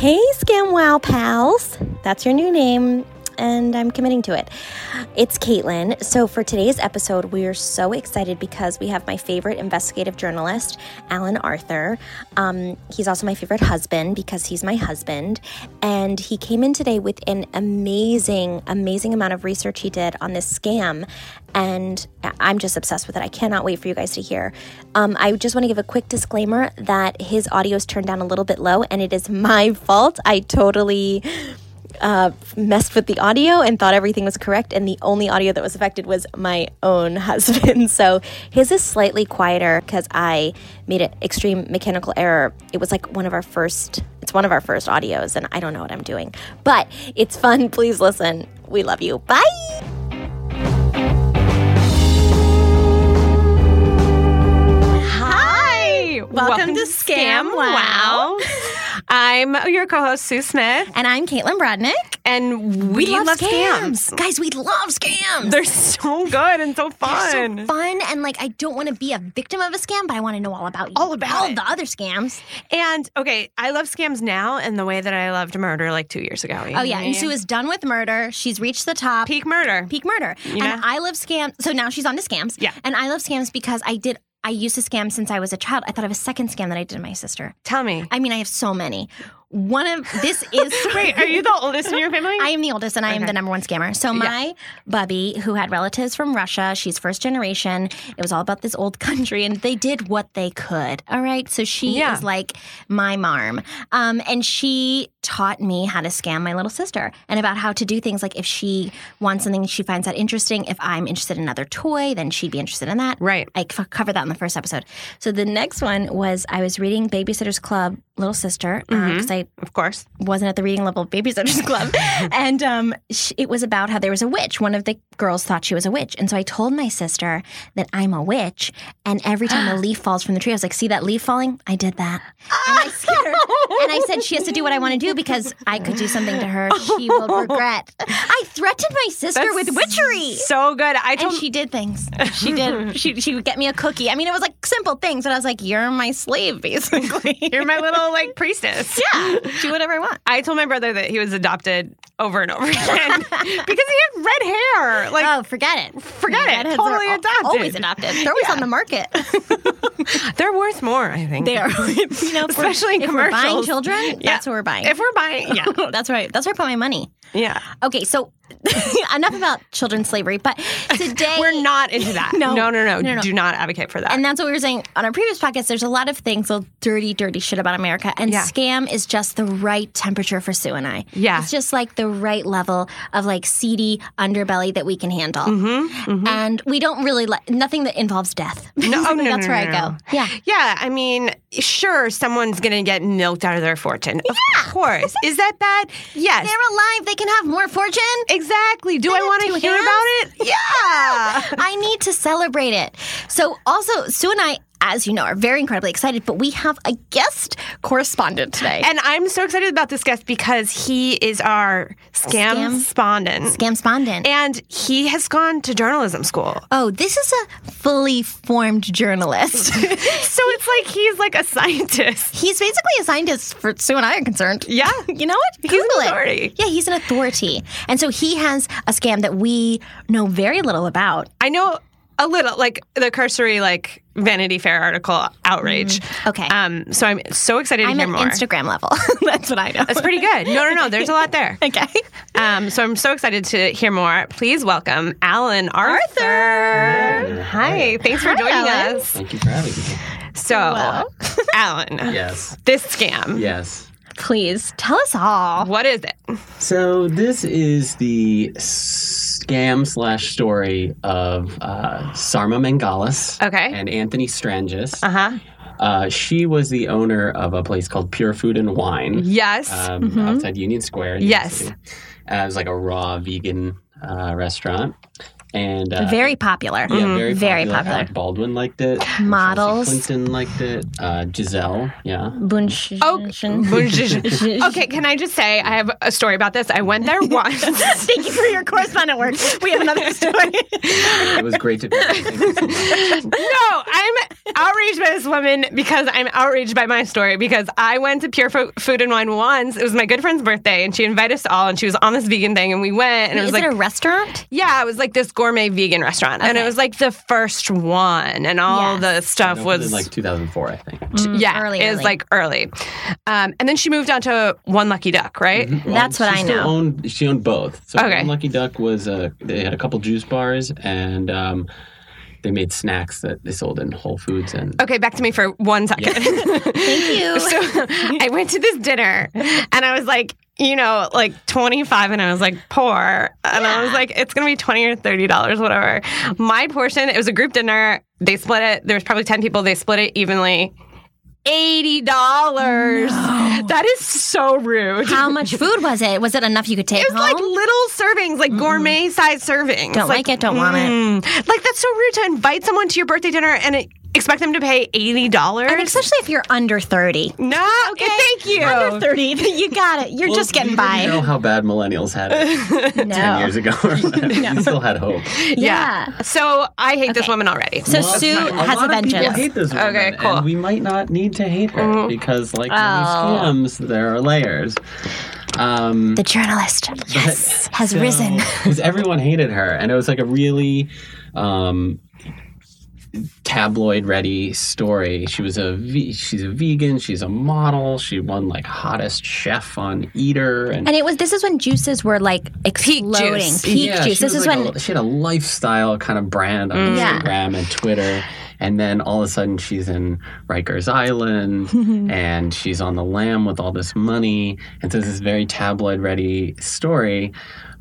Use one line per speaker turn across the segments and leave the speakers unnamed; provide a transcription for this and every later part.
Hey, Scam Wow Pals. That's your new name, and I'm committing to it. It's Caitlin. So, for today's episode, we are so excited because we have my favorite investigative journalist, Alan Arthur. Um, he's also my favorite husband because he's my husband. And he came in today with an amazing, amazing amount of research he did on this scam. And I- I'm just obsessed with it. I cannot wait for you guys to hear. Um, I just want to give a quick disclaimer that his audio is turned down a little bit low, and it is my fault. I totally uh, messed with the audio and thought everything was correct, and the only audio that was affected was my own husband. So his is slightly quieter because I made an extreme mechanical error. It was like one of our first, it's one of our first audios, and I don't know what I'm doing. But it's fun. Please listen. We love you. Bye.
Hi! Welcome,
Welcome
to
to
Scam,
Scam
Wow. I'm your co-host Sue Smith,
And I'm Caitlin Brodnick.
and we, love, scams.
Guys, we love scams.
They're so good and so fun.
so fun. And like, I don't want to be a victim of a scam, but I want to know all about all about all the other scams.
And okay, I love scams now in the way that I loved murder like two years ago.
Oh yeah, and Sue is done with murder. She's reached the top.
peak murder.
Peak murder.
know?
And I love scams. So now she's on to scams.
Yeah.
And I love scams because I did I used to scam since I was a child. I thought of a second scam that I did to my sister.
Tell me.
I mean, I have so many. One of this is
Wait, are you the oldest in your family?
I am the oldest and I am
Okay.
the number one scammer. So my bubby, who had relatives from Russia, she's first generation. It was all about this old country and they did what they could. All right. So she
Yeah.
is like my marm. Um, and she taught me how to scam my little sister and about how to do things like if she wants something she finds that interesting, if I'm interested in another toy, then she'd be interested in that.
Right.
I c- covered that in the first episode. So the next one was I was reading Babysitter's Club, Little Sister,
Mm-hmm.
because I
of course.
wasn't at the reading level of Babysitters Club. and um, sh it was about how there was a witch. One of the girls thought she was a witch. And so I told my sister that I'm a witch. And every time a leaf falls from the tree, I was like, see that leaf falling? I did that. And I scared her. And I said, she has to do what I want to do because I could do something to her she will regret. I threatened my sister
That's
with witchery.
So good. I
And
told
she did things. She did. She, she would get me a cookie. I mean, it was like simple things. And I was like, you're my slave, basically.
you're my little like priestess.
yeah. Do whatever I want.
I told my brother that he was adopted over and over again because he had red hair. Like
Oh, forget it.
Forget it.
Redheads
Totally
are al-
adopted.
Always adopted. They're always on the market.
they're worth more, I think.
They are, you know, if we're-
Especially in
if we're buying
commercials.
children.
Yeah.
That's what we're buying.
If we're buying, yeah.
that's right. That's where I put my money.
Yeah.
Okay, so enough about children's slavery, but today
We're not into that.
No.
no, no, no,
No, no.
Do not advocate for that.
And that's what we were saying on our previous podcast. There's a lot of things, little dirty, dirty shit about America. And
Yeah.
scam is just the right temperature for Sue and I.
Yeah.
It's just like the right level of like seedy underbelly that we can handle. And we don't really like nothing that involves death.
Mm-hmm, No, oh, no,
that's
no,
where
no,
I go.
no.
Yeah.
yeah, I mean, sure someone's going to get milked out of their fortune. Of course. Is that bad? Yes.
They're alive. They can have more fortune.
Exactly. Do I
have
want
two
to hear
hands?
about it? Yeah.
I need to celebrate it. So, also, Sue and I, as you know, are very incredibly excited, but we have a guest correspondent today.
And I'm so excited about this guest because he is our scam spondent.
Scam Spondent.
And he has gone to journalism school.
Oh, this is a fully formed journalist.
So it's like he's like a scientist.
He's basically a scientist for Sue and I are concerned.
Yeah.
You know what?
He's
Google it.
an authority.
Yeah, he's an authority. And so he has a scam that we know very little about.
I know a little, like the cursory, like Vanity Fair article outrage.
Mm-hmm. Okay.
Um. So I'm so excited to
I'm
hear
at
more.
Instagram level. That's what I know.
That's pretty good. No, no, no. There's a lot there.
Okay.
Um. So I'm so excited to hear more. Please welcome Alan Arthur. Hi. Thanks for joining
Alan.
us.
Thank you for having me.
So, Alan,
Yes.
this scam.
Yes.
Please tell us all.
What is it?
So this is the scam slash story of uh, Sarma Mangalis
Okay.
and Anthony Strangis.
Uh huh.
Uh, she was the owner of a place called Pure Food and Wine
Yes.
um,
Mm-hmm.
outside Union Square. in New York
Yes.
City. Uh, it was like a raw vegan uh, restaurant. And uh,
Very popular.
yeah, very,
Very
popular.
popular.
Alec Baldwin liked it.
Models.
Chelsea Clinton liked it. Uh, Giselle, yeah.
Bunch.
Oh, okay, can I just say I have a story about this? I went there once.
Thank you for your correspondent work. We have another story.
It was great to be. here. Thank you so much.
no, I'm outraged by this woman because I'm outraged by my story because I went to Pure Fo- Food and Wine once. It was my good friend's birthday, and she invited us all, and she was on this vegan thing, and we went, and it was
is
like.
it a restaurant?
yeah, it was like this gourmet vegan restaurant, and it
Okay.
was like the first one, and
Yes.
all the stuff
It opened
was
in like 2004, I think.
Mm-hmm. Mm,
yeah,
early,
it was
early.
like early. Um, and then she moved on to One Lucky Duck, right?
Mm-hmm.
That's what
she
I
still
know.
Owned, she owned both. So
Okay.
Lucky Duck was a. They had a couple juice bars and um, they made snacks that they sold in Whole Foods and.
Okay, back to me for one second.
Thank you.
so I went to this dinner and I was like, you know, like 25 and I was like poor. And I was like, it's going to be 20 or $30, whatever. My portion, it was a group dinner. They split it. There was probably 10 people. They split it evenly. $80. That is so rude.
How much food was it? Was it enough you could take
It's
home?
like little servings, like gourmet sized servings.
Don't like it, don't want it.
it. Like that's so rude to invite someone to your birthday dinner and it, expect them to pay eighty
And
dollars.
especially if you're under 30.
No, okay. thank you.
Under 30, you got it. You're just getting
I
by.
know how bad millennials had it 10 years ago. You still had hope.
Yeah. So I hate this
Okay.
woman already.
So
Well,
Sue has a
a lot of people
vengeance. Mm.
hate this woman,
Okay, cool.
And we might not need to hate her because, like many
Oh.
scams, there are layers. Um,
The journalist yes, has
So-
risen.
Because everyone hated her, and it was like a really um, tabloid-ready story. She was a ve- she's a vegan. She's a model. She won like hottest chef on Eater, and,
And it was this is when juices were like exploding. Peak juice.
yeah, she
This
was
is
like
when
a- she had a lifestyle kind of brand on
Yeah.
Instagram and Twitter. And then all of a sudden, she's in Rikers Island and she's on the lam with all this money. And so, this is very tabloid ready story.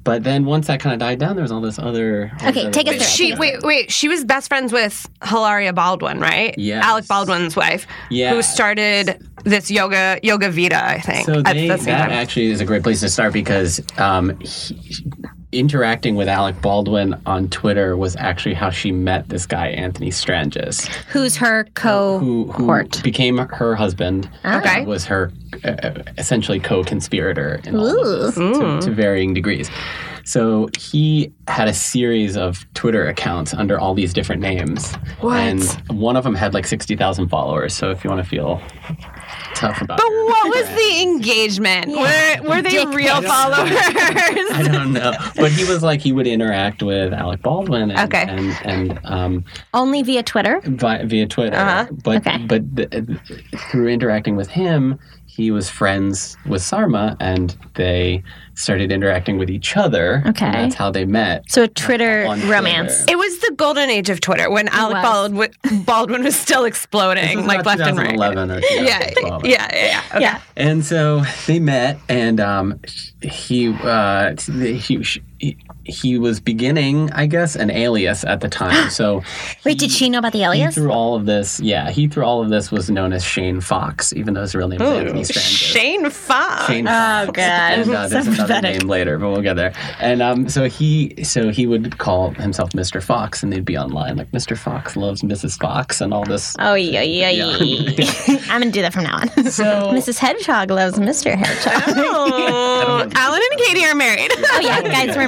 But then, once that kind of died down, there was all this other. all
Okay,
this
take
other
us
She wait wait she was best friends with Hilaria Baldwin right?
Yes.
Alec Baldwin's wife. Who
Yes.
started this yoga yoga Vita I think.
So
at
they,
the
that
same time.
actually is a great place to start because um, he, interacting with Alec Baldwin on Twitter was actually how she met this guy Anthony Strangis.
who's her co
Oh, who, who became her husband
Okay.
and was her uh, essentially co-conspirator in all of this, to, to varying degrees so he had a series of twitter accounts under all these different names and one of them had like 60000 followers so if you want to feel tough about
But
your-
what was the engagement? Were were they
Dick
real followers?
I don't know, but he was like he would interact with Alec Baldwin and
Okay.
and, and um,
only via Twitter.
via, via Twitter.
Uh-huh.
But
Okay.
but th- through interacting with him, he was friends with Sarma, and they started interacting with each other. and
Okay.
that's how they met.
So a Twitter
On Twitter.
romance.
It was the golden age of Twitter when Alec
was.
Baldwin, Baldwin was still exploding,
This was
like
about
left and right.
2011 or
Yeah,
2012.
yeah, yeah. yeah.
Yeah.
And so they met, and um, he uh, he he was beginning, I guess, an alias at the time. So
Wait, did she know about the alias?
He through all of this, yeah, he through all of this was known as Shane Fox, even though his real name is Anthony Strange.
Shane Fox.
Shane Fox. And, uh, there's another name later, but we'll get there. And um, so he, so he would call himself Mr. Fox, and they'd be online like Mr. Fox loves Mrs. Fox, and all this.
Oh yeah, yeah,
Yeah.
I'm gonna do that from now on.
So
Mrs. Hedgehog loves Mr. Hedgehog.
Oh, Alan and Katie are married.
oh yeah, guys, we're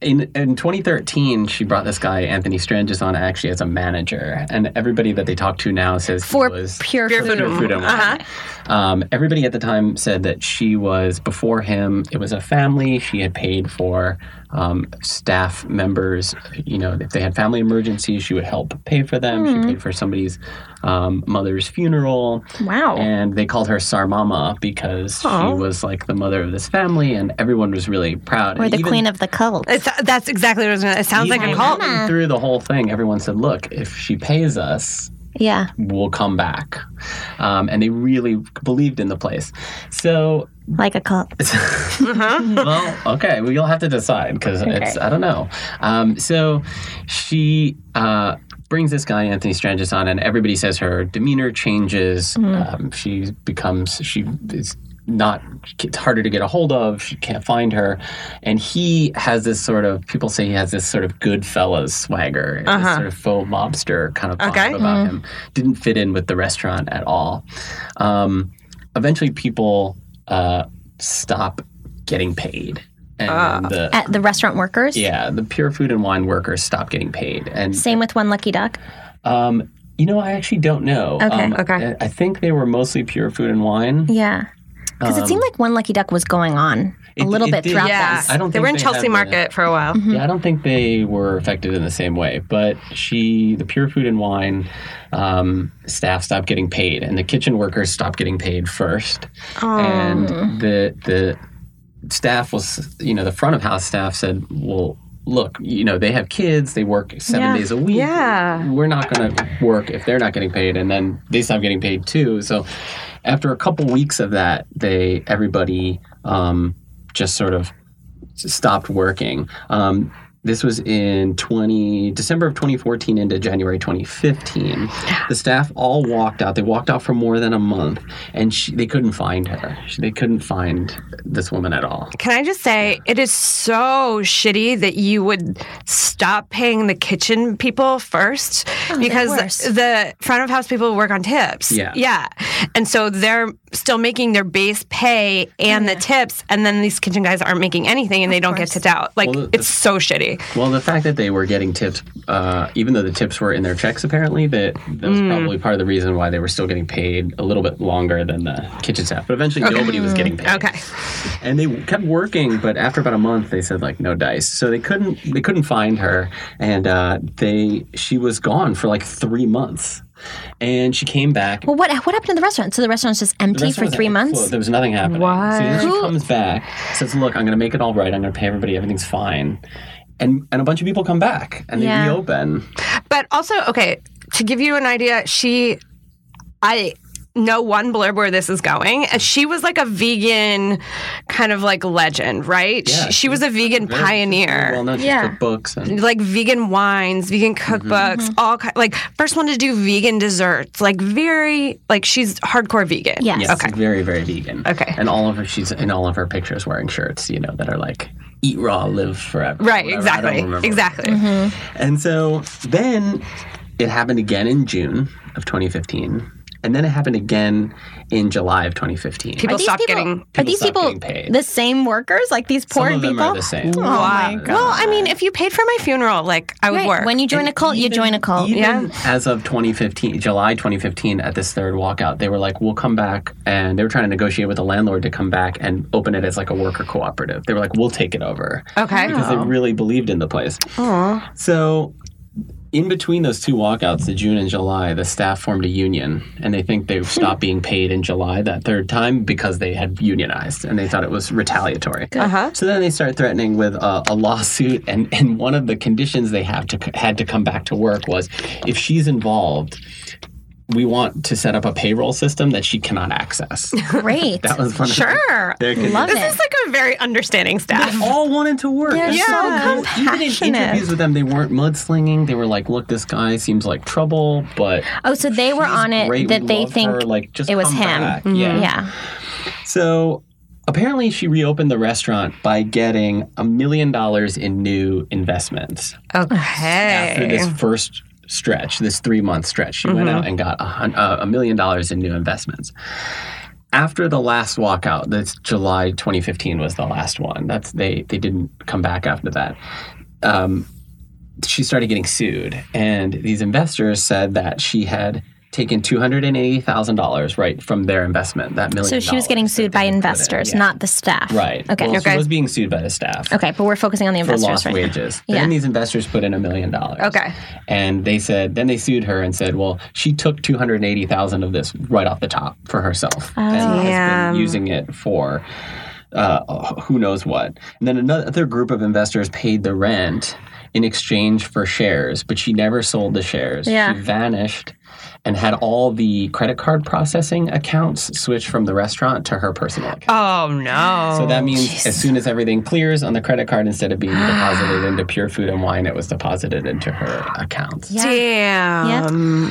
in in 2013, she brought this guy Anthony Stranges on actually as a manager, and everybody that they talk to now says
For
he was
pure
for
food.
food only.
Uh-huh.
Um, everybody at the time said that she was before him. It was a family. She had paid for um, staff members. You know, if they had family emergencies, she would help pay for them. She
Mm-hmm.
paid for somebody's um, mother's funeral.
Wow.
And they called her Sarmama because she was like the mother of this family, and everyone was really proud.
Or
And
the
even-
queen of the cult.
It's, that's exactly what it was. Gonna, it sounds like a
even
cult.
Ah.
Through the whole thing, everyone said, "Look, if she pays us,
Yeah.
we'll come back," um, and they really believed in the place. So,
Like a cult.
well, okay, well, you'll have to decide because it's I don't know. Um, so, she. Uh, Brings this guy Anthony Stranges on, and everybody says her demeanor changes. Um, she becomes she is not it's harder to get a hold of. She can't find her, and he has this sort of people say he has this sort of good fellas swagger, this sort of faux mobster kind of vibe
Okay.
about him. Didn't fit in with the restaurant at all. Um, eventually, people uh, stop getting paid, and
Ah.
the
At the restaurant workers.
yeah, the pure food and wine workers stop getting paid, and
Same with one lucky duck.
um, you know I actually don't know.
Okay,
um,
okay.
I I think they were mostly pure food and wine.
Yeah. Because it
Um,
seemed like one lucky duck was going on a
It-
little
it
bit
did.
throughout Mm-hmm.
Yeah,
this.
I don't
they
think
were in
they
Chelsea
had the-
Market for a while.
Yeah, I don't think they were affected in the same way, but she, the pure food and wine um, staff, stopped getting paid, and the kitchen workers stopped getting paid first,
Mm-hmm.
and the the staff was, you know, the front of house staff said, well. Look, you know, they have kids, they work seven
Yeah.
days a week.
Yeah.
We're not going to work if they're not getting paid. And then they stop getting paid too. So after a couple weeks of that, they, everybody um, just sort of stopped working. Um, this was in 20 December of 2014 into January 2015. The staff all walked out. They walked out for more than a month, and she, they couldn't find her. She, they couldn't find this woman at all.
Can I just say, it is so shitty that you would stop paying the kitchen people first because
worse.
the front of house people work on tips.
Yeah.
Yeah. And so they're still making their base pay and the tips, and then these kitchen guys aren't making anything and they don't get tipped out. Like,
Well, the-
it's so shitty.
Well, the fact that they were getting tips, uh, even though the tips were in their checks, apparently that that was
Mm.
probably part of the reason why they were still getting paid a little bit longer than the kitchen staff. But eventually,
Okay.
nobody was getting paid.
Okay.
and they kept working but after about a month they said like no dice so they couldn't they couldn't find her and uh, they she was gone for like three months and she came back
Well, what what happened to the restaurant? So the restaurant's just
The
empty
restaurant
for
was
three months.
closed. there was nothing happening so then she
Who-
comes back says look i'm going to make it all right i'm going to pay everybody everything's fine and and a bunch of people come back and they
Yeah.
reopen
But also, okay, to give you an idea, she, I know one blurb where this is going. And she was like a vegan kind of like legend, right?
Yeah,
she, she was a vegan
Very-
pioneer.
well known yeah. cookbooks and
like vegan wines, vegan cookbooks,
Mm-hmm.
all ki- like first one to do vegan desserts, like very like she's hardcore vegan. Okay.
very very vegan okay and all of her she's in all of her pictures wearing shirts you know that are like eat raw live forever
Right.
whatever. I don't
Exactly.
remember.
Exactly.
Mm-hmm.
And so then it happened again in June of 2015. And then it happened again in July of 2015.
Are these people- Are these
stopped
people
getting paid.
the same workers? Like these poor
Some of them
people?
are the same.
Oh
Wow.
my god!
Well, I mean, if you paid for my funeral, like I would
uh, Right.
work.
When you join a cult, you join a cult.
yeah.
As of 2015, July 2015, at this third walkout, they were like, "We'll come back," and they were trying to negotiate with the landlord to come back and open it as like a worker cooperative. They were like, "We'll take it over,"
Okay.
because they really believed in the place.
Aw.
So, in between those two walkouts, the June and July, the staff formed a union, and they think they stopped being paid in July that third time because they had unionized, and they thought it was retaliatory. Uh-huh. So then they start threatening with a, a lawsuit, and, and one of the conditions they have to c- had to come back to work was if she's involved. We want to set up a payroll system that she cannot access.
Great.
That was one of the-
Sure.
Their conditions.
this is like a very understanding staff.
They all wanted to work.
Yeah.
And so
So
they- even in interviews with them, they weren't mudslinging. They were like, "Look, this guy seems like trouble, but
Oh, so they were on it
great.
that
We
they
love
think
her. Like, just
it was
come
him. Mm-hmm.
back. Yeah.
yeah.
So apparently, she reopened the restaurant by getting a million dollars in new investments after
Okay.
this first stretch, this three month stretch. She went
Mhm.
Mm-hmm.
out and got a, hun- uh, a million dollars in new investments. After the last walkout, that's July 2015 was the last one. That's they they didn't come back after that. Um, she started getting sued, and these investors said that she had taken two hundred and eighty thousand dollars right from their investment. That million.
So she was getting sued by investors, not the staff.
right.
Okay.
Well,
okay.
She was being sued by the staff
okay, but we're focusing on the
for
investors
lost
right now.
wages.
Yeah.
Then these investors put in a million dollars.
Okay.
And they said, then they sued her and said, well, she took 280,000 of this right off the top for herself
Oh.
and has
Damn.
been using it for uh, who knows what. And then another group of investors paid the rent in exchange for shares, but she never sold the shares.
Yeah.
She vanished and had all the credit card processing accounts switched from the restaurant to her personal account.
Oh no.
So that means as soon as everything clears on the credit card, instead of being deposited into Pure Food and Wine, it was deposited into her account.
Damn.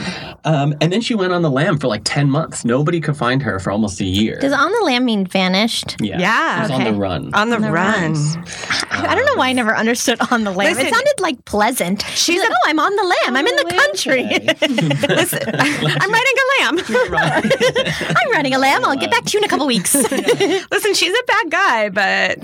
Um, and then she went on the lam for like 10 months. Nobody could find her for almost a year.
Does on the lamb mean vanished?
yeah.
Yeah.
She was on
Okay.
the run.
On the, run.
I don't know why I never understood on the lamb. it
Listen.
sounded like pleasant. She's like, oh, I'm on the lamb. I'm in the country.
I'm riding a lamb.
I'm riding a lamb. I'll get back to you in a couple weeks.
Listen, she's a bad guy, but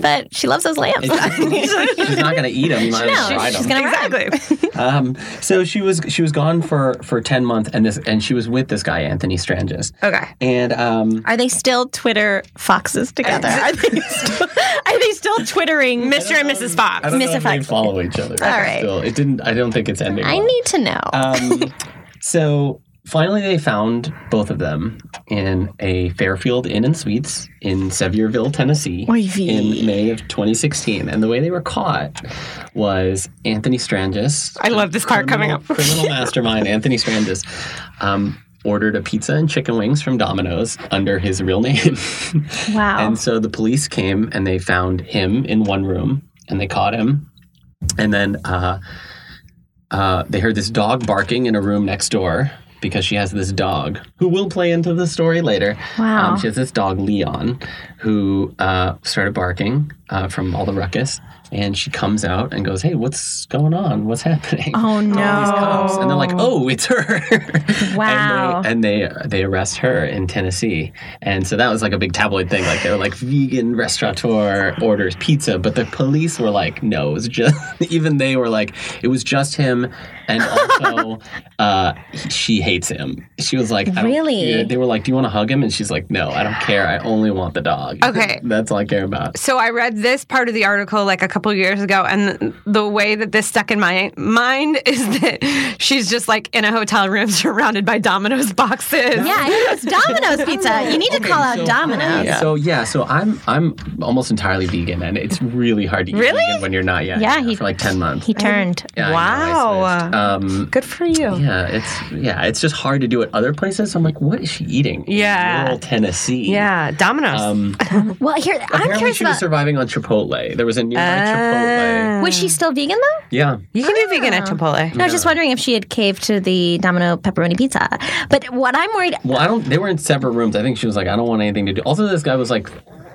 but she loves those lambs.
She's not going to eat them. She's
No, she's gonna ride 'em.
exactly.
Um, so she was she was gone for, for 10 months and this and she was with this guy Anthony Strangis.
Okay.
And um,
Are they still Twitter foxes together? Are they still, are they still twittering?
Mr. and Mrs. Fox.
I don't know if they
Mystified.
follow each other.
All right.
Still, it didn't I don't think it's ending.
I
well.
need to know.
Um, so finally, they found both of them in a Fairfield Inn and Suites in Sevierville, Tennessee,
Oy vey.
in May of 2016. And the way they were caught was Anthony Strangis.
I love this part coming
criminal-
up.
criminal mastermind Anthony Strandis um, ordered a pizza and chicken wings from Domino's under his real name.
Wow.
and so the police came and they found him in one room and they caught him. And then uh, uh, they heard this dog barking in a room next door because she has this dog who will play into the story later.
Wow.
Um, she has this dog, Leon, who uh, started barking uh, from all the ruckus. And she comes out and goes, "Hey, what's going on? What's happening?"
Oh no!
And they're like, "Oh, it's her!"
Wow.
and they and they, they arrest her in Tennessee. And so that was like a big tabloid thing. Like they were like, "Vegan restaurateur orders pizza," but the police were like, "No, it was just." Even they were like, "It was just him," and also uh, she hates him. She was like, I don't
Really?
care. They were like, "Do you want to hug him?" And she's like, "No, I don't care. I only want the dog."
Okay.
that's all I care about.
So I read this part of the article like a couple years ago, and th- the way that this stuck in my mind is that she's just like in a hotel room surrounded by Domino's boxes.
yeah, I think it's Domino's pizza. You need to call out Domino's.
So yeah, so I'm I'm almost entirely vegan, and it's really hard to eat
Really?
vegan when you're not yet.
Yeah,
you know,
he-
for like ten months.
He turned.
Yeah, I know, I switched. um,
Good for you.
yeah, it's yeah, it's just hard to do at other places. I'm like, what is she eating? in
Yeah.
rural Tennessee.
Yeah, Domino's.
Um,
Well, here I'm
apparently
curious
she was
about. Oh.
surviving on Chipotle. There was a nearby Chipotle.
Was she still vegan though?
Yeah.
you can do vegan at Chipotle.
No, I was just wondering if she had caved to the Domino pepperoni pizza. But what I'm worried.
Well, I don't. They were in separate rooms. I think she was like, I don't want anything to do. Also, this guy was like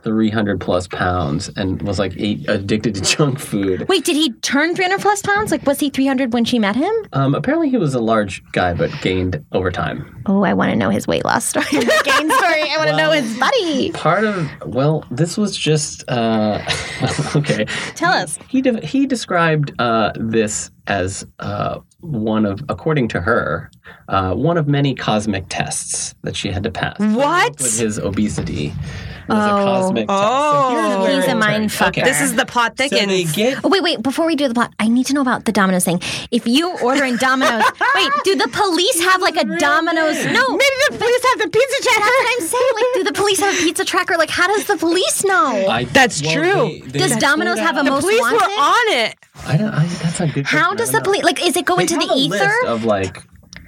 300 plus pounds and was like ate, addicted to junk food.
Wait, did he turn 300 plus pounds? Like, was he 300 when she met him?
Um, apparently, he was a large guy, but gained over time.
Oh, I want to know his weight loss story, his gain story. I want to know his body.
Part of well, this was just uh, okay.
Tell us.
He de- he described uh, this as uh, one of, according to her, uh, one of many cosmic tests that she had to pass.
What?
with his obesity? It was a cosmic test. So here's
Oh,
where
Oh. He's
it
a mind
turned.
fucker.
Okay.
this is the plot
so they
thickens.
get
Oh, wait, wait. Before we do the plot, I need to know about the Domino's thing. If you order in Domino's, wait, do the police have like a Domino's? No. Maybe the police have the pizza tracker. That's what I'm saying. Like, do the police have a pizza tracker? Like, how does the police know?
I-
That's true.
they-
does
they-
Domino's have a
the
most
police
wanted?
were on it.
I don't. I, that's a good.
how
question. I
does
don't
the
know.
police like? Is it going
They
to the
have a
ether?
list of like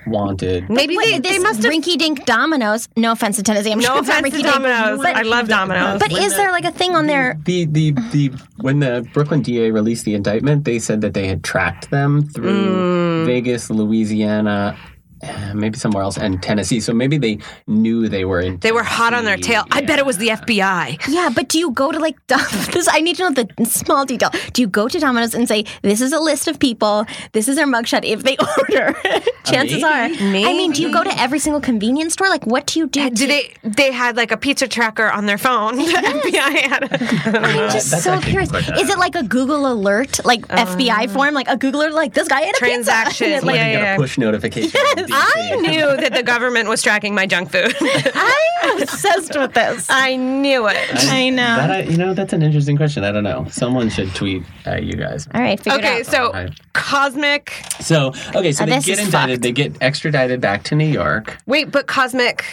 wanted?
Maybe
Wait,
they,
this
they must have.
rinky dink Domino's. No offense to Tennessee. I'm
No
sure it's not
offense to
rinky-dink.
Domino's.
But-
I love Domino's.
But is there like a thing on there?
The, the the when the Brooklyn DA released the indictment, they said that they had tracked them
Mm.
through Vegas, Louisiana, eh, maybe somewhere else, and Tennessee. So maybe they knew they were in.
They were hot on their
Tennessee.
tail. I bet it was the FBI.
Yeah, but do you go to like Dom- this? I need to know the small detail. Do you go to Domino's and say this is a list of people? This is their mugshot. If they order, chances are. I mean, do you go to every single convenience store? Like, what do you do?
Do they? They had like a pizza tracker on their phone. The FBI had.
I'm just
that's
so
actually
curious.
quite Uh. a-
Is it like a Google alert, like FBI form, like a Google alert, like this guy ate a pizza?
Transactions,
Like,
Like
Yeah,
they got
yeah.
a push notification. from DC.
I knew that the government was tracking my junk food.
I'm obsessed with this.
I knew it.
I know.
That I, you know, that's an interesting question. I don't know. Someone should tweet at you guys.
All right, figure
Okay,
it out.
so
Alright.
cosmic.
So okay, so
Uh,
they
this is
get indicted.
fucked.
They get extradited back to New York.
Wait, but cosmic.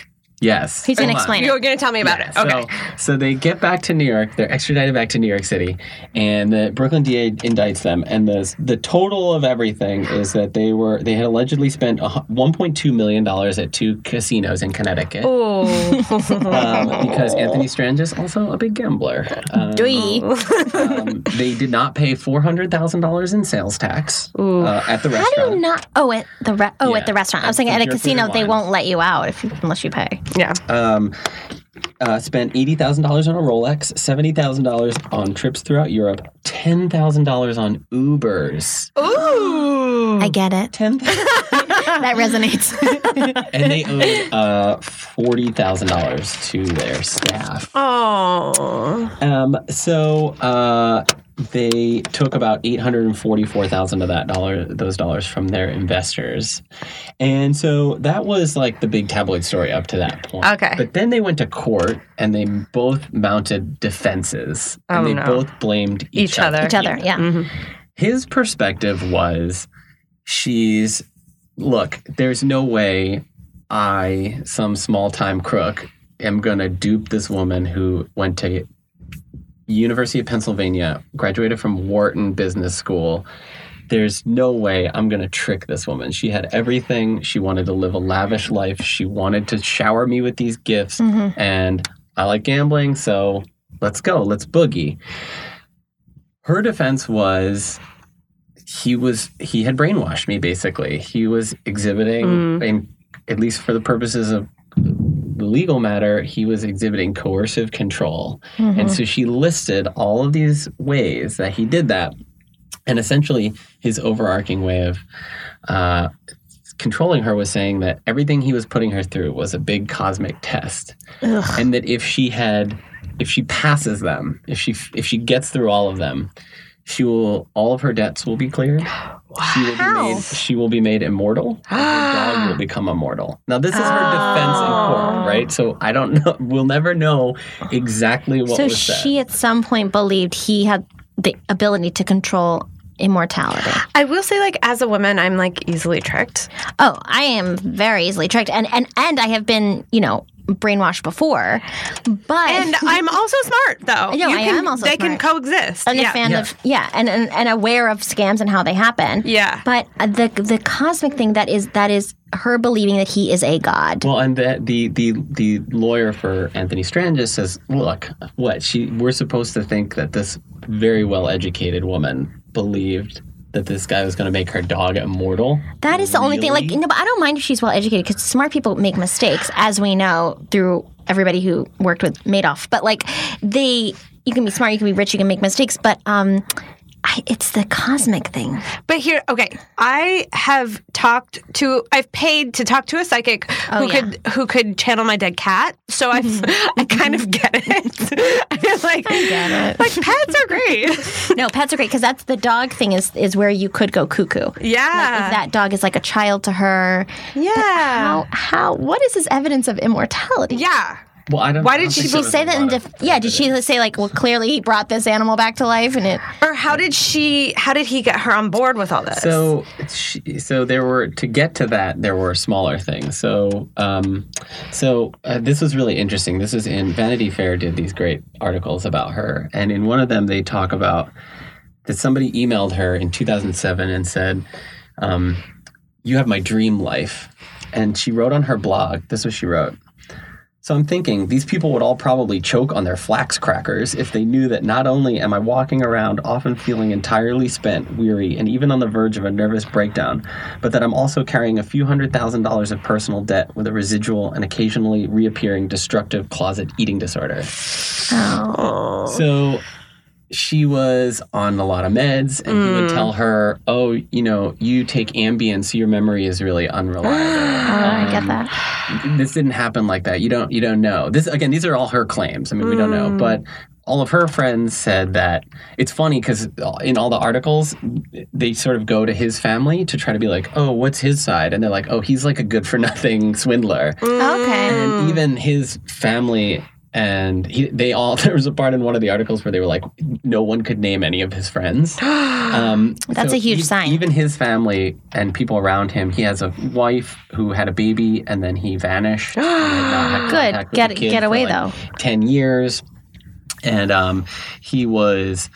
Yes,
He's gonna
Hold on.
explain it.
You're gonna tell me about it. Okay.
So, so they get back to New York. They're extradited back to New York City, and the Brooklyn DA indicts them. And the the total of everything is that they were they had allegedly spent a hu- 1.2 million dollars at two casinos in Connecticut.
Oh.
Um, because Anthony Strange is also a big gambler. Um,
Doi.
um, they did not pay four hundred thousand dollars in sales tax uh, at the
How
restaurant.
do you not? Oh, at the re- oh,
Yeah.
at the restaurant. I was
At
thinking at a
your food
casino
and
they
wine.
won't let you out if you, unless you pay.
yeah.
um, uh, spent eighty thousand dollars on a Rolex, seventy thousand dollars on trips throughout Europe, ten thousand dollars on Ubers,
Oh. I get it.
ten,
That resonates.
and they owed uh, forty thousand dollars to their staff.
Oh.
Um, so uh, they took about eight hundred and forty-four thousand of that dollar, those dollars from their investors, and so that was like the big tabloid story up to that point.
Okay.
but then they went to court and they both mounted defenses,
Oh,
and they
no.
both blamed each,
Each other.
Each other, yeah.
Mm-hmm.
His perspective was, she's look, there's no way I, some small time crook, am going to dupe this woman who went to University of Pennsylvania, graduated from Wharton Business School. There's no way I'm going to trick this woman. She had everything. She wanted to live a lavish life. She wanted to shower me with these gifts. And I like gambling, so let's go. Let's boogie. Her defense was he was he had brainwashed me basically. He was exhibiting and at least for the purposes of the legal matter, he was exhibiting coercive control.
Mhm.
And so she listed all of these ways that he did that. And essentially, his overarching way of uh, controlling her was saying that everything he was putting her through was a big cosmic test. And that if she had, if she passes them, if she if she gets through all of them, she will all of her debts will be cleared. She will be made. She will be made immortal. and her dog will become immortal. Now this is her defense in
Oh.
court, right? So I don't know. We'll never know exactly what
so
was said.
she at some point believed he had the ability to control immortality.
I will say, like, as a woman, I'm like easily tricked.
Oh, I am very easily tricked, and and and I have been, you know, brainwashed before. But
And I'm also smart, though.
No,
You
I
can-
am also
they can
smart.
coexist.
And
Yeah.
a fan
Yeah.
of yeah, and, and and aware of scams and how they happen.
Yeah.
But uh, the the cosmic thing that is that is her believing that he is a god.
Well, and the, the the the lawyer for Anthony Strangis says, "Look, what she we're supposed to think that this very well educated woman believed that this guy was going to make her dog immortal."
That is the only thing. Like, no, but I don't mind if she's well educated because smart people make mistakes, as we know through everybody who worked with Madoff. But like, they, you can be smart, you can be rich, you can make mistakes, but um, I, it's the cosmic thing.
But here, okay, I have talked to, I've paid to talk to a psychic
Oh,
who
yeah.
could who could channel my dead cat. So I, I kind of get it. I feel like, like pets are great.
no, pets are great because that's the dog thing is is where you could go cuckoo.
Yeah,
Like, if that dog is like a child to her.
Yeah,
how how what is this evidence of immortality?
Uh. Yeah.
Well, I don't.
Why
I don't
did she
think there was
say
a
that? In
lot of-
def- yeah, did she say like, well, clearly he brought this animal back to life, and it
or how did she? How did he get her on board with all this?
So, she, so there were to get to that. There were smaller things. So, um, so uh, this was really interesting. This is in Vanity Fair did these great articles about her, and in one of them they talk about that somebody emailed her in 2007 and said, um, "You have my dream life," and she wrote on her blog. This is what she wrote. So I'm thinking these people would all probably choke on their flax crackers if they knew that not only am I walking around often feeling entirely spent, weary, and even on the verge of a nervous breakdown, but that I'm also carrying a few hundred thousand dollars of personal debt with a residual and occasionally reappearing destructive closet eating disorder. So she was on a lot of meds, and he would
Mm.
tell her, "Oh, you know, you take Ambien, so your memory is really unreliable."
I get that.
this didn't happen like that. You don't you don't know. This again, these are all her claims. I mean, we don't know,
Mm.
but all of her friends said that it's funny because in all the articles they sort of go to his family to try to be like oh what's his side and they're like oh he's like a good for nothing swindler
Mm.
Okay.
and even his family and he, they all there was a part in one of the articles where they were like no one could name any of his friends um,
That's a huge
sign even his family and people around him he has a wife who had a baby and then he vanished and had not had
Good.
contact with
Get-
the kid
get
for,
away, though.
like, 10 years and um, he was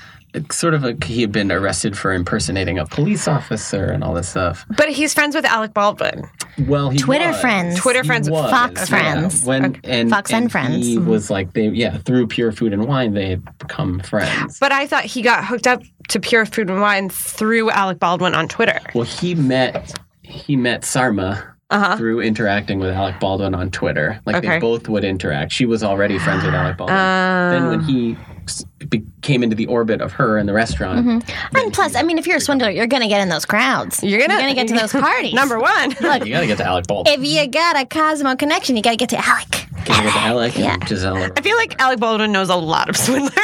sort of a, he had been arrested for impersonating a police officer and all this stuff
but he's friends with Alec Baldwin.
well, he
Twitter
was.
friends. Twitter
He
friends.
was,
Fox
yeah.
friends.
When and
Fox and friends.
He
Mm-hmm.
Mhm.
was like they yeah through pure food and wine they had become friends.
But I thought he got hooked up to Pure Food and Wine through Alec Baldwin on Twitter.
Well, he met he met Sarma.
Uh-huh.
Through interacting with Alec Baldwin on Twitter, like
Okay.
they both would interact. She was already friends with Alec Baldwin. then
Oh.
when he s- be- came into the orbit of her in the restaurant,
Mm-hmm. And plus, I mean, if you're a swindler, you're gonna get in those crowds. You're
gonna-
get to those parties.
Number one.
Look,
you gotta get to Alec Baldwin.
if you got a Cosmo connection, you gotta get to Alec.
Gotta get to Alec and Giselle.
I feel like Alec Baldwin knows a lot of swindlers.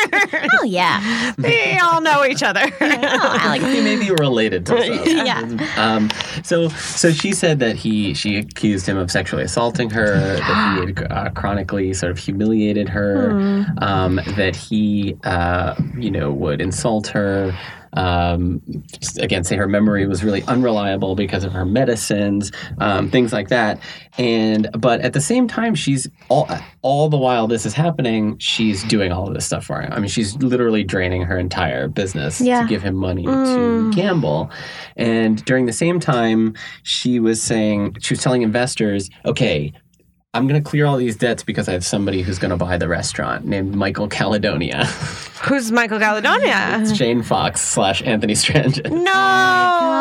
Oh yeah, Oh,
they all know each other.
Alec, you may be related to some.
Yeah.
Um, so, so she said that he she accused him of sexually assaulting her, that he had uh, chronically sort of humiliated her,
Hmm.
um, that he uh, you know would insult her. Um, again, say her memory was really unreliable because of her medicines, um, things like that. And but at the same time, she's all all the while this is happening, she's doing all of this stuff for him. I mean, she's literally draining her entire business
Yeah.
to give him money
Mm.
to gamble. And during the same time, she was saying, she was telling investors, okay, I'm going to clear all these debts because I have somebody who's going to buy the restaurant named Michael Caledonia.
Who's Michael Caledonia?
it's Shane Fox slash Anthony Strangin.
Mm. No,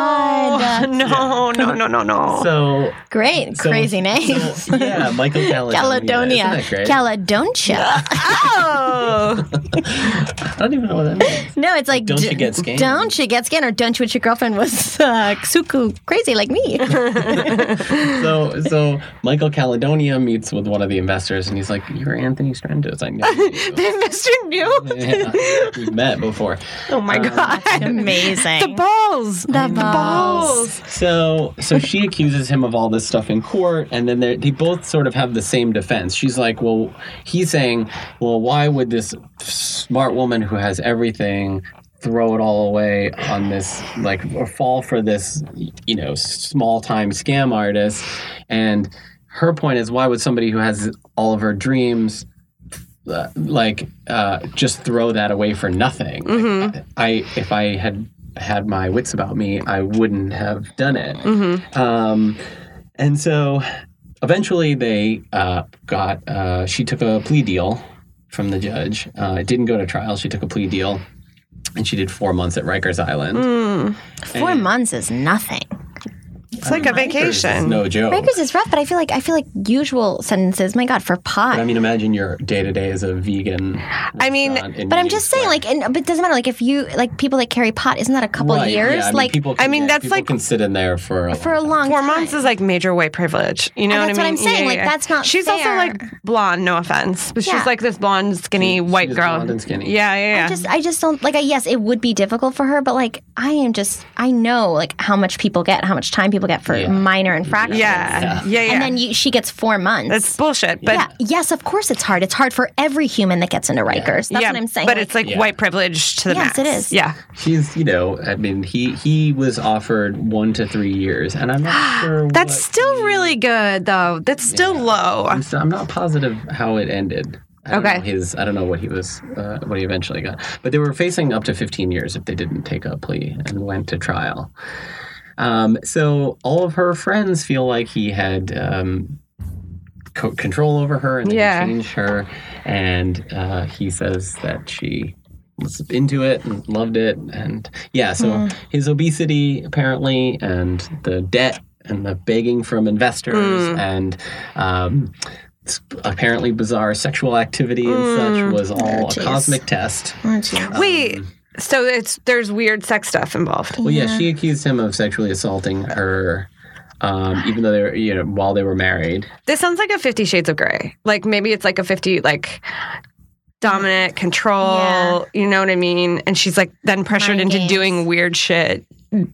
no, no, no, no, no.
So
Great,
So-
crazy name.
yeah, Michael Caledonia.
Caledonia,
Isn't that great?
Caledonia.
oh,
I don't even know what that means.
No, it's like
Don't
d-
you get scammed.
Don't you get scammed or don't you wish your girlfriend was uh, suku crazy like me?
So, so Michael Caledonia meets with one of the investors, and he's like, "You're Anthony Strangis. I know you.
Mr. New.
Yeah, we've met before."
Oh my god,
Amazing.
the balls, the, balls.
So, so she accuses him of all this stuff in court, and then they they both sort of have the same defense. She's like, "Well, he's saying, well, why would this smart woman who has everything throw it all away on this, like, or fall for this, you know, small time scam artist?" And her point is, why would somebody who has all of her dreams uh, like uh, just throw that away for nothing. Like, I if I had had my wits about me, I wouldn't have done it. Um, and so eventually they uh, got uh, she took a plea deal from the judge. Uh, it didn't go to trial. She took a plea deal. And she did four months at Rikers Island.
Four months is nothing.
It's like a
It's
vacation.
no joke.
Rikers is rough, but I feel like I feel like usual sentences. My God, for pot.
I mean, imagine your day to day as a vegan.
I mean,
but I'm just saying, like, and, but it doesn't matter. Like, if you like people that carry pot, isn't that a couple years? like,
people
I
can
mean,
get-
that's
people
like-
can sit in there for a
for a long
Four
time.
months is like major white privilege. You know
And
what I mean?
that's what I'm saying, like, that's not
She's also
fair.
like blonde. No offense, but
Yeah.
she's like this blonde, skinny
She- she
white
is
girl.
blonde and skinny.
Yeah, yeah, yeah.
I just, I just don't like. I yes, it would be difficult for her, but like, I am just, I know like how much people get, how much time people get for
Yeah.
minor infractions.
yeah, yeah, yeah.
and then you, she gets four months.
That's bullshit. But
yeah, yes, of course it's hard. It's hard for every human that gets into Rikers. That's
yeah,
what I'm saying.
But
Like,
it's like
Yeah.
white privilege to the
Yes,
max.
it is.
Yeah.
He's, you know, I mean, he he was offered one to three years, and I'm not sure.
That's
what- Um,
still really good, though. That's still low.
I'm, still, I'm not positive how it ended. I don't
Okay.
know His I don't know what he was uh, what he eventually got, but they were facing up to 15 years if they didn't take a plea and went to trial. Um, so all of her friends feel like he had um, co- control over her and they
Yeah.
changed her, and uh, he says that she was into it and loved it, and yeah. So
Hmm.
his obesity apparently, and the debt, and the begging from investors,
Hmm.
and um, s- apparently bizarre sexual activity
Hmm.
and such was all a cosmic test.
Wait. So it's there's weird sex stuff involved.
Well, yeah, she accused him of sexually assaulting her, um, even though they were, you know, while they were married.
This sounds like a Fifty Shades of Grey. Like maybe it's like a fifty like dominant control.
Yeah.
You know what I mean? And she's like then pressured
Mind
into
games.
doing weird shit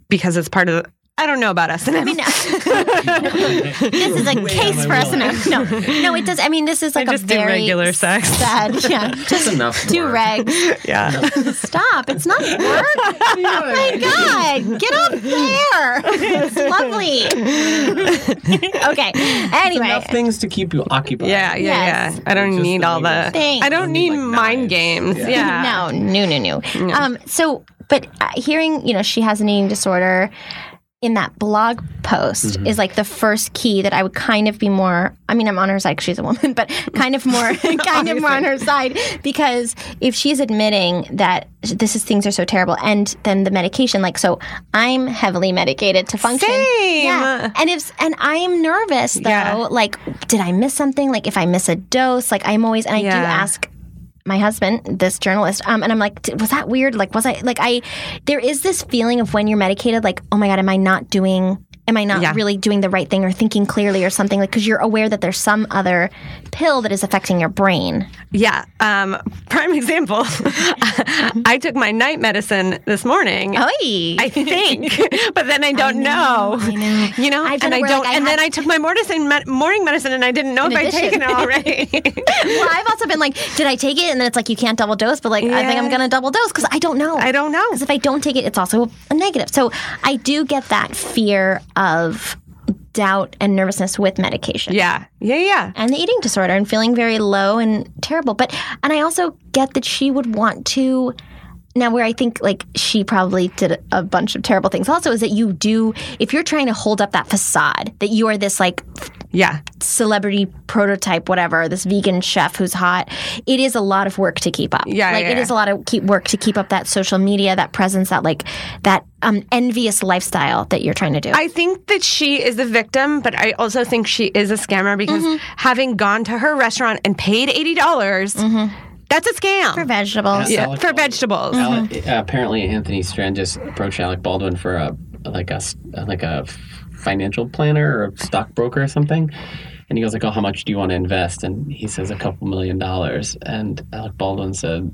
because it's part of. the... I don't know about us. I mean,
uh,
this is a case for us now. No, no, it does. I mean, this is like
just
a
do
very
regular sex.
Sad, yeah,
That's
just
enough.
do
for-
regs.
yeah.
Stop! It's not work. Oh my god! Get up there. It's lovely. okay. Anyway,
Enough things to keep you occupied.
Yeah, yeah,
Yes.
yeah. I don't
Just
need
the
all the.
Thanks.
I don't need mind games. Yeah.
no, no, no, no. Um, so, but uh, hearing you know she has an eating disorder in that blog post
Mm-hmm.
is like the first key that I would kind of be more. I mean, I'm on her side 'cause she's a woman, but kind of more, kind of more on her side because if she's admitting that this is things are so terrible, and then the medication, like, so I'm heavily medicated to function.
Same.
Yeah. And if and I'm nervous though,
Yeah.
like, did I miss something? Like, if I miss a dose, like I'm always and I do
Yeah.
ask my husband, this journalist, um, and I'm like, "D- was that weird? Like, was I like I? There is this feeling of when you're medicated, like, oh my god, am I not doing? Am I not
Yeah.
really doing the right thing or thinking clearly or something? Like, because you're aware that there's some other pill that is affecting your brain.
Yeah. Um, prime example. I took my night medicine this morning.
Oi.
I Oh, think, but then I don't know,
I know.
You know,
I've done
and
it
I
where,
don't.
like, I
and then
had-
I took my mortison, me- morning medicine, and I didn't know
In
if I'd
addition.
taken it already.
well, I've also been like, did I take it? And then it's like you can't double dose, but like I think
Yeah.
I'm gonna double dose because I don't know.
I don't know.
Because if I don't take it, it's also a negative. So I do get that fear of doubt and nervousness with medication.
Yeah, yeah, yeah.
and the eating disorder and feeling very low and terrible. But and I also get that she would want to now where I think like she probably did a bunch of terrible things also is that you do if you're trying to hold up that facade that you are this like
Yeah.
celebrity prototype, whatever, this vegan chef who's hot. It is a lot of work to keep up.
Yeah,
Like
yeah,
it
yeah.
is a lot of keep work to keep up that social media, that presence, that like that um envious lifestyle that you're trying to do.
I think that she is the victim, but I also think she is a scammer because having gone to her restaurant and paid eighty dollars, that's a scam Mm-hmm. for
vegetables.
Yeah,
Salad
for vegetables.
Ale- uh, apparently, Anthony Strand just approached Alec Baldwin for a like a s- like a financial planner or a stockbroker or something. And he goes like, "Oh, how much do you want to invest?" And he says a couple million dollars. And Alec Baldwin said,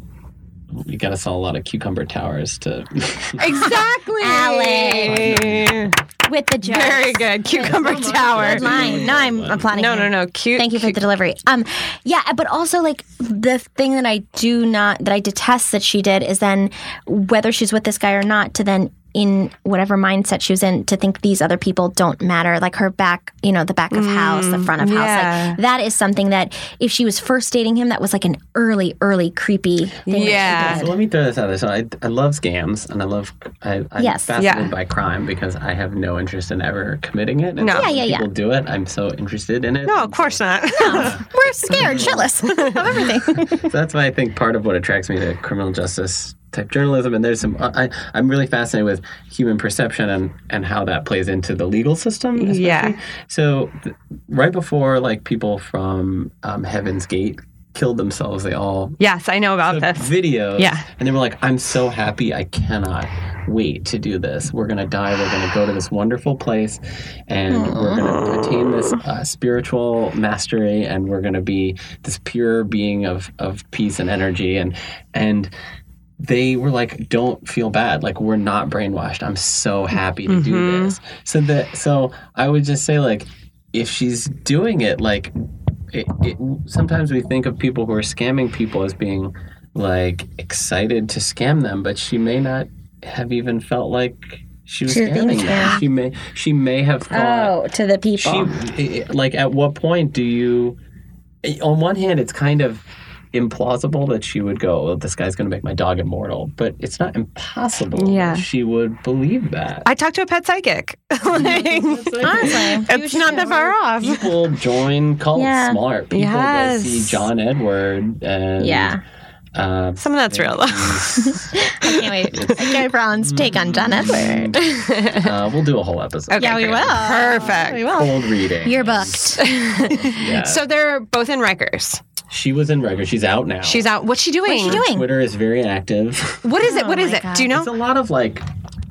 "You got to sell a lot of cucumber towers to."
Exactly. Alec.
With the jokes.
Very good. Cucumber Tower.
Good line. No, I'm applauding.
No,
you.
no, no. Cute.
Thank you for the delivery. Um, yeah, but also like the thing that I do not that I detest that she did is then whether she's with this guy or not to then in whatever mindset she was in to think these other people don't matter like her back you know the back of house the front of house
Mm, yeah.
like that is something that if she was first dating him that was like an early early creepy thing
Yeah.
that she
So
did.
let me throw this out there. So I, I love scams and I love I, I'm
Yes.
fascinated
Yeah.
by crime because I have no interest in ever committing it. And
No.
when
Yeah, yeah, yeah.
people do it. I'm so interested in it.
No, Oh, of course not.
we're scared shitless of everything
So that's why I think part of what attracts me to criminal justice type journalism. And there's some uh, I, I'm really fascinated with human perception and and how that plays into the legal system. especially.
Yeah.
So th- right before like people from um, Heaven's Gate killed themselves, they all
yes, I know about this.
videos.
Yeah.
And they were like, I'm so happy. I cannot wait to do this. We're going to die. We're going to go to this wonderful place and we're going to attain this uh, spiritual mastery and we're going to be this pure being of, of peace and energy. And, and, they were like, "Don't feel bad. Like we're not brainwashed. I'm so happy to
Mm-hmm.
do this." So that, so I would just say, like, if she's doing it, like it, it, sometimes we think of people who are scamming people as being like excited to scam them, but she may not have even felt like she was
She was being
scamming them.
scammed.
She may she may have thought
oh to the people
she i- i- like at what point do you i- on one hand it's kind of implausible that she would go well, this guy's going to make my dog immortal but it's not impossible that
Yeah.
she would believe that
I talked to a pet psychic. Like,
honestly
it's not that far off.
people join cults
Yeah.
smart people
Yes.
go see john edward and
yeah
uh,
Some of that's real though.
I can't wait Gary Brown's take on John Edward
uh, we'll do a whole episode
Okay,
yeah we
great.
will
Perfect.
we will
cold reading
you're booked
yeah.
So they're both in Rikers.
she was in record she's out now
She's out. What's she doing?
What's she doing? Oh
twitter is very active
What is it? What is it? Do you know?
it's a lot of like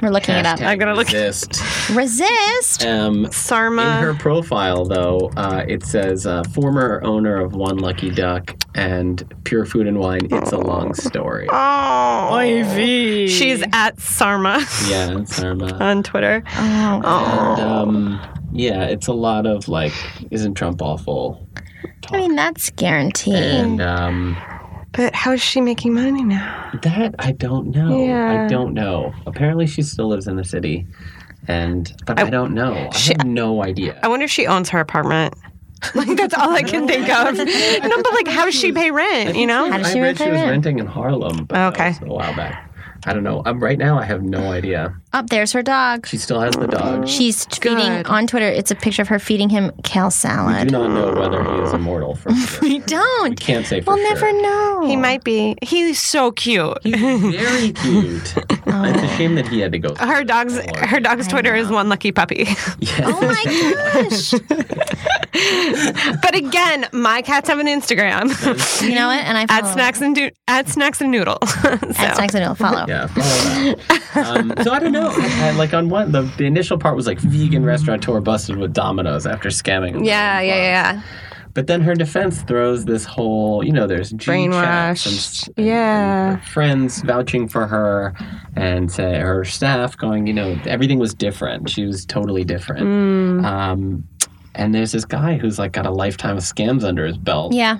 We're looking it up.
hashtag
I'm gonna look-
resist.
Resist.
um
Sarma.
Uh.
In her profile, though, uh, it says uh, former owner of One Lucky Duck and Pure Food and Wine. It's a long story.
Ah.
Oh, Ivy. She's at Sarma
Yeah, it's Irma.
on Twitter.
And, um, yeah, it's a lot of like, isn't Trump awful?
I mean, that's guaranteed.
And um,
But how is she making money now?
that I don't know.
Yeah.
I don't know. Apparently, she still lives in the city, and but I, don't know. I have no idea.
I wonder if she owns her apartment. Like that's all I can think of. No, but like how does she pay rent? You know?
How does
I
she
read she
repay
was
rent?
renting in Harlem. But that
Okay.
was a while back. I don't know. Um, right now, I have no idea.
Up there's her dog.
She still has the dog.
She's feeding on Twitter. It's a picture of her feeding him kale
We do
salad.
not know whether he is immortal. For sure.
We
We
don't.
can't say for
We'll
sure.
never know.
He might be. He's so cute.
Very cute. It's a shame that he had to go.
Her dog's her dog's Twitter is one lucky puppy.
Oh my gosh.
but again, my cats have an Instagram
you know what? And I
at
follow.
snacks and do- at snacks and noodle.
Oh. At
so.
snacks and it'll follow.
Yeah. follow that. um, so I don't know. I, I- like on one, the, the initial part was like vegan restaurateur busted with Domino's after scamming. him.
Yeah, yeah, yeah.
But then her defense throws this whole, you know, there's G chats and
Brainwashed.
and-
Yeah.
and her friends vouching for her, and say, her staff going, you know, everything was different. She was totally different.
Mm.
Um, and there's this guy who's like got a lifetime of scams under his belt.
Yeah.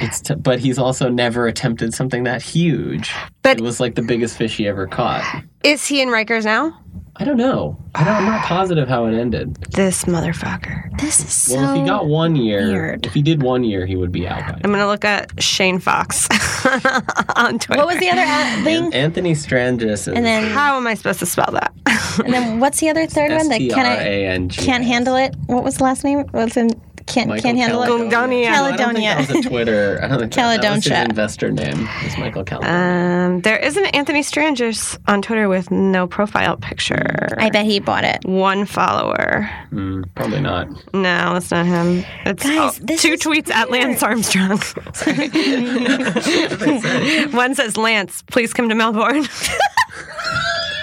It's t- but he's also never attempted something that huge.
But-
it was like the biggest fish he ever caught.
Is he in Rikers now?
I don't know. I don't, I'm not positive how it ended.
This motherfucker.
This is so.
Well, if he got one year,
weird.
if he did one year, he would be out. By
I'm gonna look at Shane Fox on Twitter.
what was the other ad thing?
Anthony Strangis is
And then
How am I supposed to spell that?
and then what's the other third one? That can I
S-T-R-A-N-G-I-S.
can't handle it. What was the last name? What's in can't
Michael
can't handle
Caledonia.
it?
I don't think that was
Caledonia.
a Twitter. I don't think that, that was his
Caledonia.
investor name. It's
Uh,
Michael Caledonia.
Um, there is an Anthony Strangers on Twitter with no profile picture. I
bet he bought it.
One follower.
Hmm, probably not.
No, it's not him. It's
Guys,
oh, two tweets at Lance Armstrong. one says, "Lance, please come to Melbourne."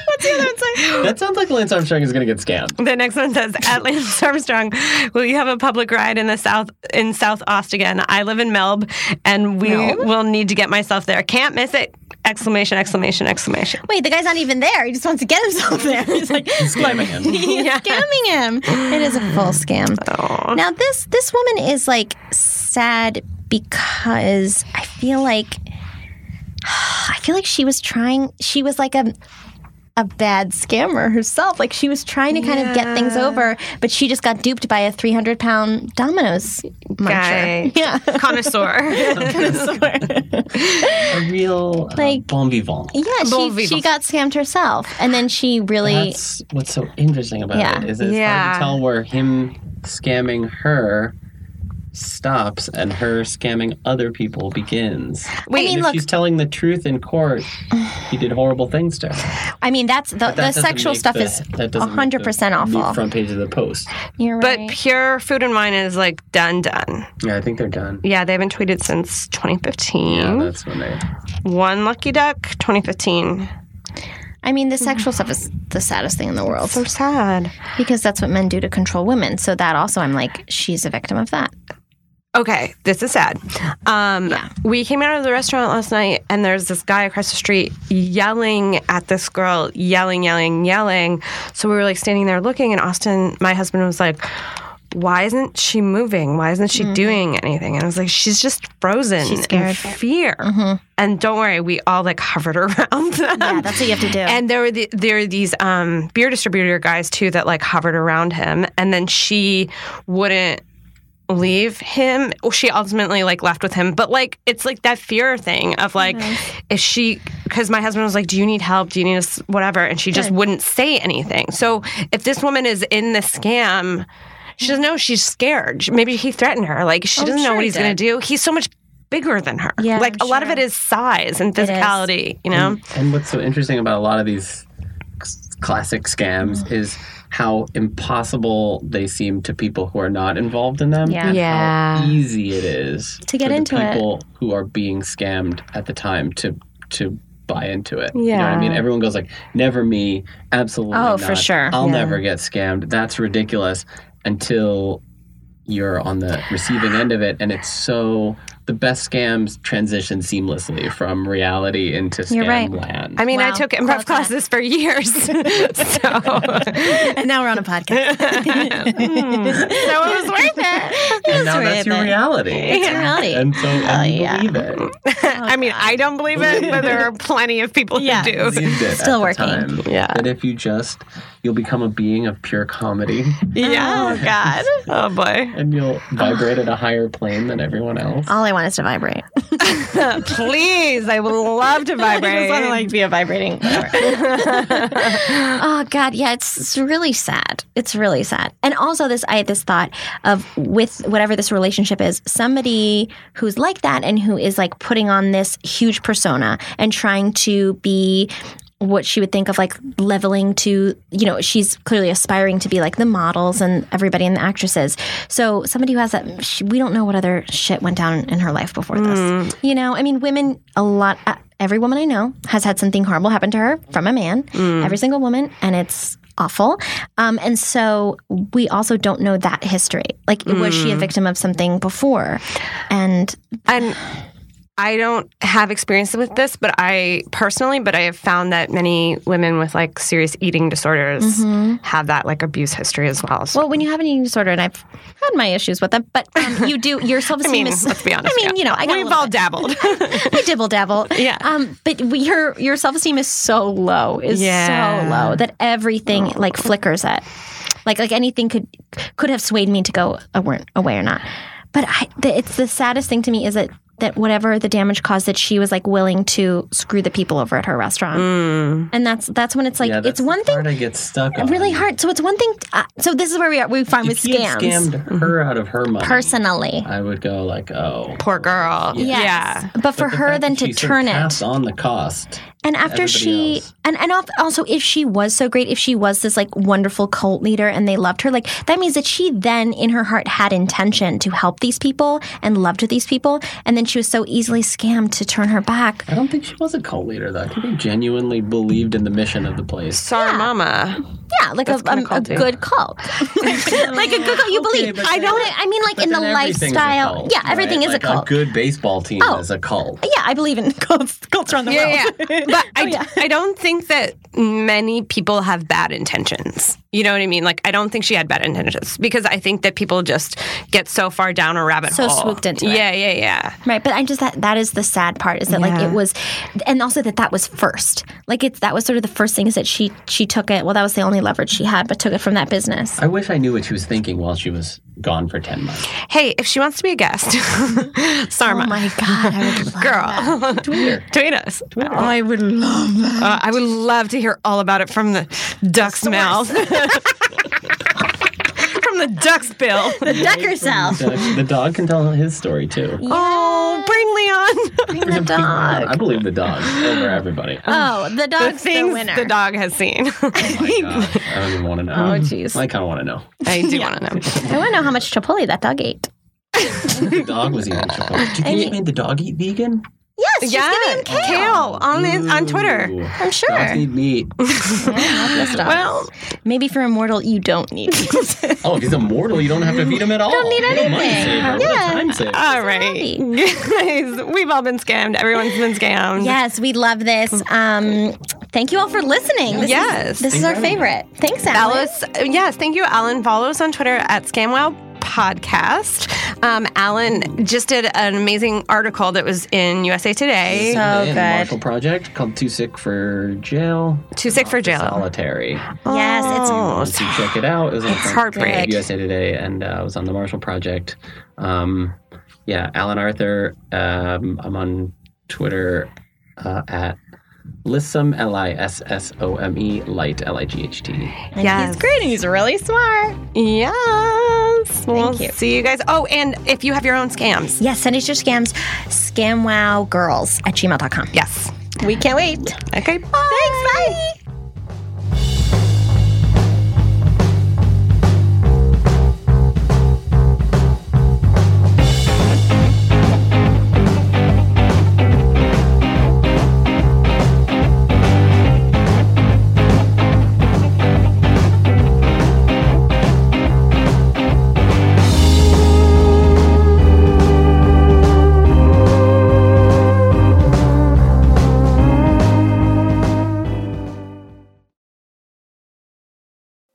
What's the other one say?
That sounds like Lance Armstrong is going to get scammed.
The next one says, "At Lance Armstrong, will you have a public ride in the south in South Ostigan? I live in Melb, and we will need to get myself there. Can't miss it!" Exclamation! Exclamation! Exclamation!
Wait, the guy's not even there. He just wants to get himself there. He's like
scamming him.
He's scamming him. It is a full scam. Now this this woman is like sad because I feel like I feel like she was trying. She was like a a bad scammer herself. Like she was trying to kind of get things over, but she just got duped by a three hundred pound Domino's muncher.
Guy. Connoisseur.
A real uh,
Like-
bon vivant.
Yeah,
Bon
she,
vivant.
she got scammed herself, and then she really
That's what's so interesting about
Yeah.
it is it's hard
Yeah.
to tell where him scamming her stops and her scamming other people begins.
Wait, I mean,
and if
look-
she's telling the truth in court, he did horrible things to her.
I mean, that's the,
That
the
doesn't
sexual
make
stuff
the-
is
that doesn't make the
hundred percent awful.
lead Front page of the post.
You're
but
right.
pure food and wine is like done, done.
Yeah, I think they're done.
Yeah, they haven't tweeted since 2015.
Yeah, that's when they.
One lucky duck, 2015.
I mean, the sexual stuff is the saddest thing in the world
So sad.
because that's what men do to control women. So that also, I'm like, she's a victim of that.
Okay, this is sad. Um, We came out of the restaurant last night, and there's this guy across the street yelling at this girl, yelling, yelling, yelling. So we were like standing there looking, and Austin, my husband, was like, "Why isn't she moving? Why isn't she doing anything?" And I was like, "She's just frozen
Mm-hmm. She's
in
scared. Mm-hmm.
fear." And don't worry, we all like hovered around them.
Yeah, that's what you have to do.
And there were the, there were these um, beer distributor guys too that like hovered around him, and then she wouldn't leave him. Well, she ultimately like left with him, but like it's like that fear thing of like if she because my husband was like, "Do you need help? Do you need us? Whatever," and she just wouldn't say anything. So if this woman is in the scam. She doesn't know she's scared. She- Maybe he threatened her. Like she
Oh, I'm
doesn't know
sure
what
he
he's going
did.
to do. He's so much bigger than her.
Yeah,
like
I'm
a lot of
sure.
it is size and
is.
physicality, you know?
And what's so interesting about a lot of these c- classic scams is how impossible they seem to people who are not involved in them.
Yeah.
and
Yeah.
How easy it is
To get
for
into
the
it.
people who are being scammed at the time to to buy into it. You know what
Yeah.
I mean? Everyone goes like, "Never me, absolutely
Oh,
not.
for sure.
I'll
Yeah.
never get scammed. That's ridiculous." Until you're on the receiving end of it and it's so the best scams transition seamlessly from reality into
You're
scam
right.
land.
I mean, I
Wow.
took improv
Close enough.
classes for years. so, so it
and now we're on a podcast.
was worth
it
and
was
now that's
worth
your
it.
reality.
It's your reality.
And so
Oh,
I
yeah.
believe it.
I mean, I don't believe it, but there are plenty of people
Yeah.
who do.
Believed it at
Still
the
working.
time.
Yeah.
That if you just you'll become a being of pure comedy
Yeah. Oh, God. Oh, boy.
and you'll vibrate at a higher plane than everyone else.
All I want is to vibrate.
Please, I would love to vibrate.
be a vibrating. oh God, yeah, it's, it's really sad. It's really sad. And also, this I had this thought of with whatever this relationship is, somebody who's like that and who is like putting on this huge persona and trying to be what she would think of like leveling to you know she's clearly aspiring to be like the models and everybody and the actresses so somebody who has that sh we don't know what other shit went down in her life before this you know i mean women a lot uh, every woman i know has had something horrible happen to her from a man
Mm.
every single woman and it's awful um, and so we also don't know that history like was she
Mm.
a victim of something before and
And I don't have experience with this, but I personally, but I have found that many women with like serious eating disorders have that like abuse history as Mm-hmm. well. So
Well, when you have an eating disorder, and I've had my issues with them, but um, you do your self
I
esteem
mean,
is.
let's be honest.
I mean,
yeah.
you know, I got a
we've
little
all
bit-
dabbled.
I dibble dabble.
Yeah.
Um, but we- your your self esteem is so low, is
Yeah.
so low that everything like flickers at, like like anything could could have swayed me to go away, away or not. But I, the, it's the saddest thing to me is that that whatever the damage caused that she was like willing to screw the people over at her restaurant.
Mm.
And that's that's when it's like
yeah,
it's one thing
Part I get stuck on.
really hard. So it's one thing uh, so this is where we are we find with
If he had
scams. Mm-hmm.
scammed her out of her money.
Personally.
I would go like, oh.
Poor girl.
Yes. But for
the
her
fact
then
that
to
she sort of
turn it
passed on the cost.
And after she
everybody
and and al- also if she was so great, if she was this like wonderful cult leader and they loved her, like that means that she then in her heart had intention to help these people and loved these people, and then she was so easily scammed to turn her back.
I don't think she was a cult leader though. I think they genuinely believed in the mission of the place.
Sorry, mama.
Yeah, like a, um, a good cult, like a good cult. You believe? I don't. I mean, like
But
in the
then everything's a
lifestyle.
cult,
yeah, everything
right?
is
Like,
a cult.
good baseball team
Oh.
is a cult.
yeah, I believe in cults. Cults around the world.
Yeah, oh, yeah. But I, I don't think that many people have bad intentions. You know what I mean? Like, I don't think she had bad intentions because I think that people just get so far down a rabbit
So
hole.
swooped into it.
yeah, Yeah, yeah,
Right, but I'm just that that is the sad part is that like
Yeah.
it was and also that that was first. Like it's that was sort of the first thing is that she she took it. Well, that was the only leverage she had, but took it from that business.
I wish I knew what she was thinking while she was gone for ten months.
Hey, if she wants to be a guest,
Oh
Sarma,
my god, I would love that.
girl,
Twitter.
tweet us. I would love that. I would love to hear all about it from the duck's mouth. from the duck's bill.
Duck herself.
the, the dog can tell his story too.
Oh, bring Leon.
Bring the dog.
I believe the dog over everybody. Oh
Oh, the
the
dog's the,
things
winner.
the dog has seen.
my god! I don't even want to know. Oh
jeez.
I kind of want to know.
I do want to know.
I want to know how much Chipotle that dog ate.
The dog was eating chocolate. Do you think it made the dog eat vegan?
Yes,
yeah, kale, on the, on Twitter.
Ooh.
I'm sure.
Dogs need meat.
Well, maybe for immortal, you don't need. it.
Oh, if he's immortal, you don't have to feed him at all.
don't need
What a money
anything.
saver. What a
Yeah.
time saver.
All right, guys, we've all been scammed. Everyone's been scammed.
yes, we love this. Um, thank you all for listening. This
Yes.
is, this is our favorite. Thanks, Alice.
Follow us. Yes, thank you, Alan. Follow us on Twitter at ScamWow Podcast. Um, Alan just did an amazing article that was in USA Today.
so good. Marshall Project called Too Sick for Jail.
Too sick for jail.
Solitary.
Yes, it's
Oh,
Once you check it out, it was on front
heartbreak.
page of USA Today, and uh, I was on the Marshall Project. Um, yeah, Alan Arthur. Um, I'm on Twitter uh, at Lissom L I S S O M E Light L I G H T.
yes.
great. and He's really smart.
Yes. we'll
you.
see you guys. Oh, and if you have your own scams.
Yes, send us your scams. Scamwowgirls at gmail.com.
Yes.
We can't wait.
Okay.
Thanks. Bye.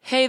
Hey